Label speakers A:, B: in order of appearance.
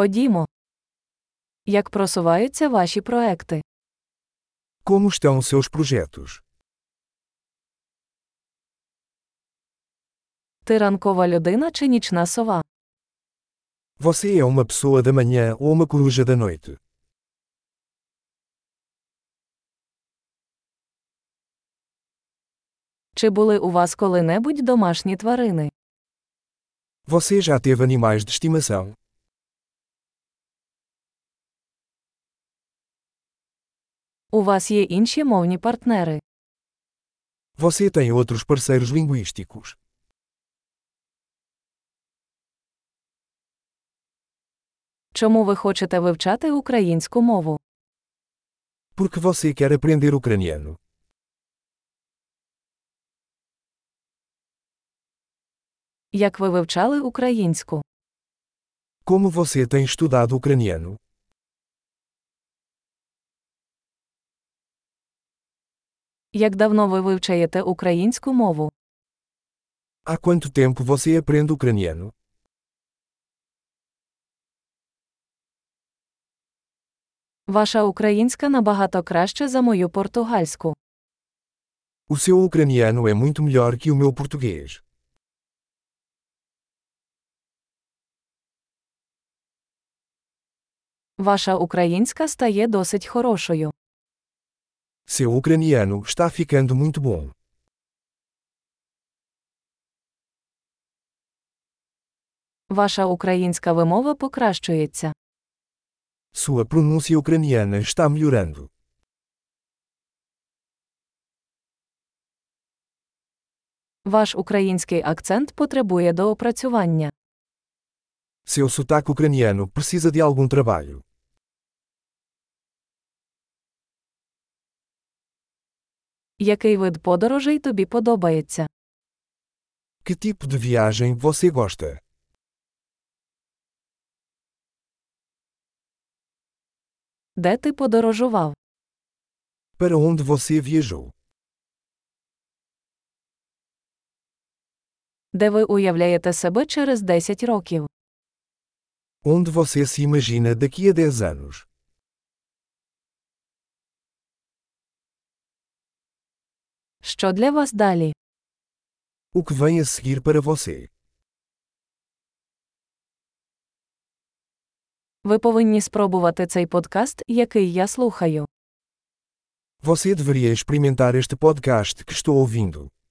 A: Ходімо. Як просуваються ваші проекти?
B: Como estão seus projetos?
A: Ти ранкова людина чи нічна сова?
B: Você é uma pessoa da manhã ou uma coruja da noite?
A: Чи були у вас коли-небудь домашні тварини?
B: Você já teve animais de estimação?
A: У вас є інші мовні партнери.
B: Você tem outros parceiros linguísticos?
A: Чому ви хочете вивчати українську мову?
B: Porque você quer aprender ucraniano?
A: Як ви вивчали українську?
B: Como você tem estudado ucraniano?
A: Як давно ви вивчаєте українську мову?
B: Há quanto tempo você aprende ucraniano?
A: Ваша українська набагато краще за мою португальську.
B: O seu ucraniano é muito melhor que o meu português.
A: Ваша українська стає досить хорошою.
B: Seu ucraniano está ficando muito bom.
A: Ваша українська вимова покращується.
B: Sua pronúncia ucraniana está melhorando.
A: Ваш український акцент потребує доопрацювання.
B: Seu sotaque ucraniano precisa de algum trabalho.
A: Який вид подорожей тобі подобається?
B: Que tipo de viagem você gosta?
A: Де ти подорожував?
B: Para onde você viajou?
A: Де ви уявляєте себе через 10 років?
B: Onde você se imagina daqui a 10 anos?
A: Що для вас далі?
B: O que vem a seguir para você?
A: Ви повинні спробувати цей подкаст, який я слухаю.
B: Você deveria experimentar este podcast que estou ouvindo.